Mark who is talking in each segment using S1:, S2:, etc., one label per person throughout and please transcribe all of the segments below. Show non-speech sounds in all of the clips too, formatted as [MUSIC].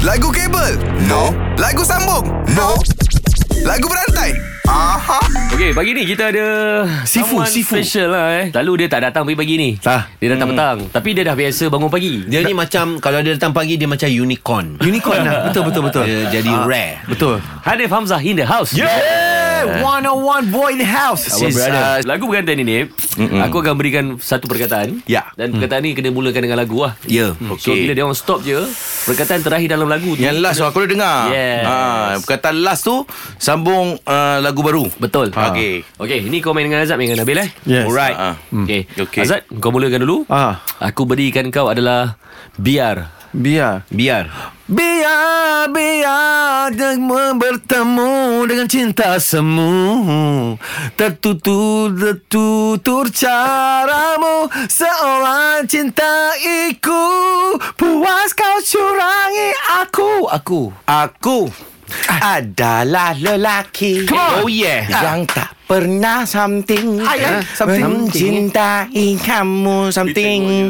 S1: Lagu kabel? No. Lagu sambung? No. Lagu berantai? Aha.
S2: Okey, pagi ni kita ada
S3: Sifu,
S2: someone
S3: Sifu.
S2: special lah eh. Lalu dia tak datang pagi pagi ni.
S3: Tak.
S2: Dia datang hmm. petang, tapi dia dah biasa bangun pagi.
S4: Dia ni macam Kalau dia datang pagi Dia macam unicorn
S3: Unicorn lah Betul betul betul
S4: Dia jadi
S3: Ah,
S4: rare.
S3: Betul
S2: Hanif Hamzah in the house.
S3: Yeah 101 boy in the house
S2: Sis, uh, lagu bergantian ini Mm-mm. Aku akan berikan Satu perkataan
S3: Ya.
S2: Dan perkataan ni Kena mulakan dengan lagu lah
S4: Ya
S3: hmm,
S2: So bila dia orang stop je Perkataan terakhir dalam lagu tu
S3: Yang last tu aku dah dengar
S2: Yes.
S3: ha, Kata last tu Sambung uh, lagu baru
S2: Betul
S3: Okey.
S2: Okay Ini kau main dengan Azad Main dengan Nabil eh
S3: Yes.
S2: Alright
S3: Ah.
S2: okay.
S3: Okay.
S2: Azad kau mulakan dulu
S3: Ah.
S2: Aku berikan kau adalah Biar
S3: Biar
S4: Biar
S3: Biar, biar dengan bertemu dengan cinta semu Tertutur, tertutur caramu Seorang cintaiku Puas kau curangi aku Aku
S4: Aku adalah lelaki
S3: Ah. Come on. Oh, yeah.
S4: Yang Eh, tak pernah something
S3: Ay, ay, something.
S4: Mencintai kamu something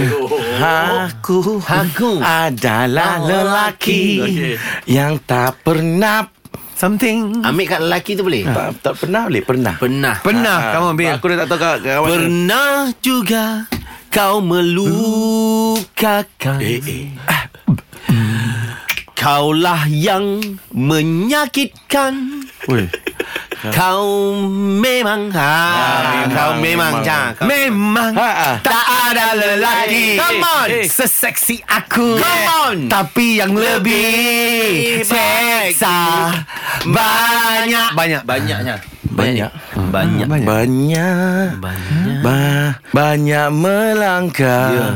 S4: [LAUGHS] Aku
S2: Aku.
S4: adalah Oh, lelaki
S2: Okey.
S4: Yang tak pernah
S3: Something
S4: Ambil kat lelaki tu boleh?
S2: Ah.
S4: Tak, tak pernah boleh? Pernah
S2: Pernah
S3: Pernah
S4: Ah,
S3: kamu ambil
S4: Aku dah tak tahu kawan, kawan Pernah juga Kau melukakan eh, eh. Kaulah yang menyakitkan
S3: Ui.
S4: Kau memang ha,
S2: Ah,
S4: Kau memang ja, kau
S3: Memang
S4: Ha, ha.
S3: tak ada lelaki
S2: Eh,
S4: Come on.
S3: Seseksi aku
S4: Come on.
S3: Tapi yang lebih Seksa Banyak Banyak
S4: Banyaknya
S2: Banyak.
S4: Banyak
S3: Banyak.
S4: Banyak
S2: Banyak
S4: Ba- banyak melangkah yeah.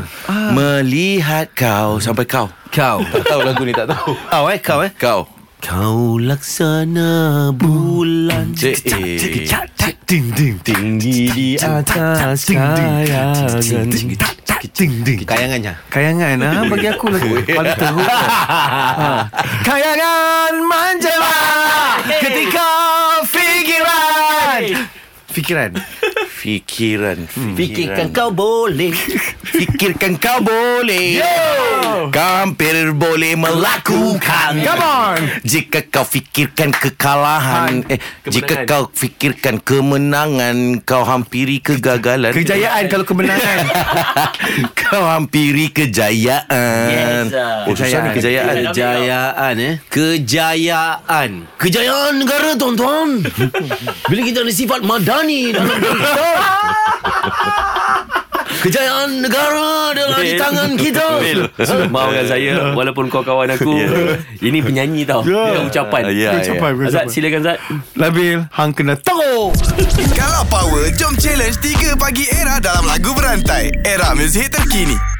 S4: Melihat kau Sampai kau Kau Tak tahu lagu ni tak tahu Kau eh kau eh Kau Kau laksana bulan
S3: Cik, eh. Ding ding
S4: Tinggi di
S3: atas kayangan Ding ding
S4: Kayangannya
S3: Kayangan ha? Bagi aku
S4: [LAUGHS]
S3: lagi Paling teruk ha. Kayangan manjalah Ketika fikiran Fikiran
S4: Fikiran Hmm. Fikirkan kau boleh Fikirkan kau boleh Yo! Kau hampir boleh melakukan
S3: Come on.
S4: Jika kau fikirkan kekalahan eh, Jika kau fikirkan kemenangan Kau hampiri kegagalan
S3: Kejayaan kalau kemenangan
S4: Kau hampiri kejayaan
S2: Yes, sir.
S4: Oh susah ni kejayaan Kejayaan eh Kejayaan Kejayaan negara
S2: [LAUGHS]
S4: tuan-tuan Bila kita ada sifat madani dalam diri
S2: [LAUGHS]
S4: kita Kejayaan negara adalah di
S2: Bil.
S4: tangan kita
S2: Bil Mau dengan saya Walaupun kau kawan
S4: [LAUGHS]
S2: aku Ini penyanyi tau Dia ucapan
S4: [LAUGHS] Ya, ya.
S3: Capai bro,
S2: Azad
S3: capai
S2: silakan Azad
S3: Labil Hang kena teruk
S1: Kalau power, jom challenge 3 pagi era dalam lagu berantai. Era muzik terkini.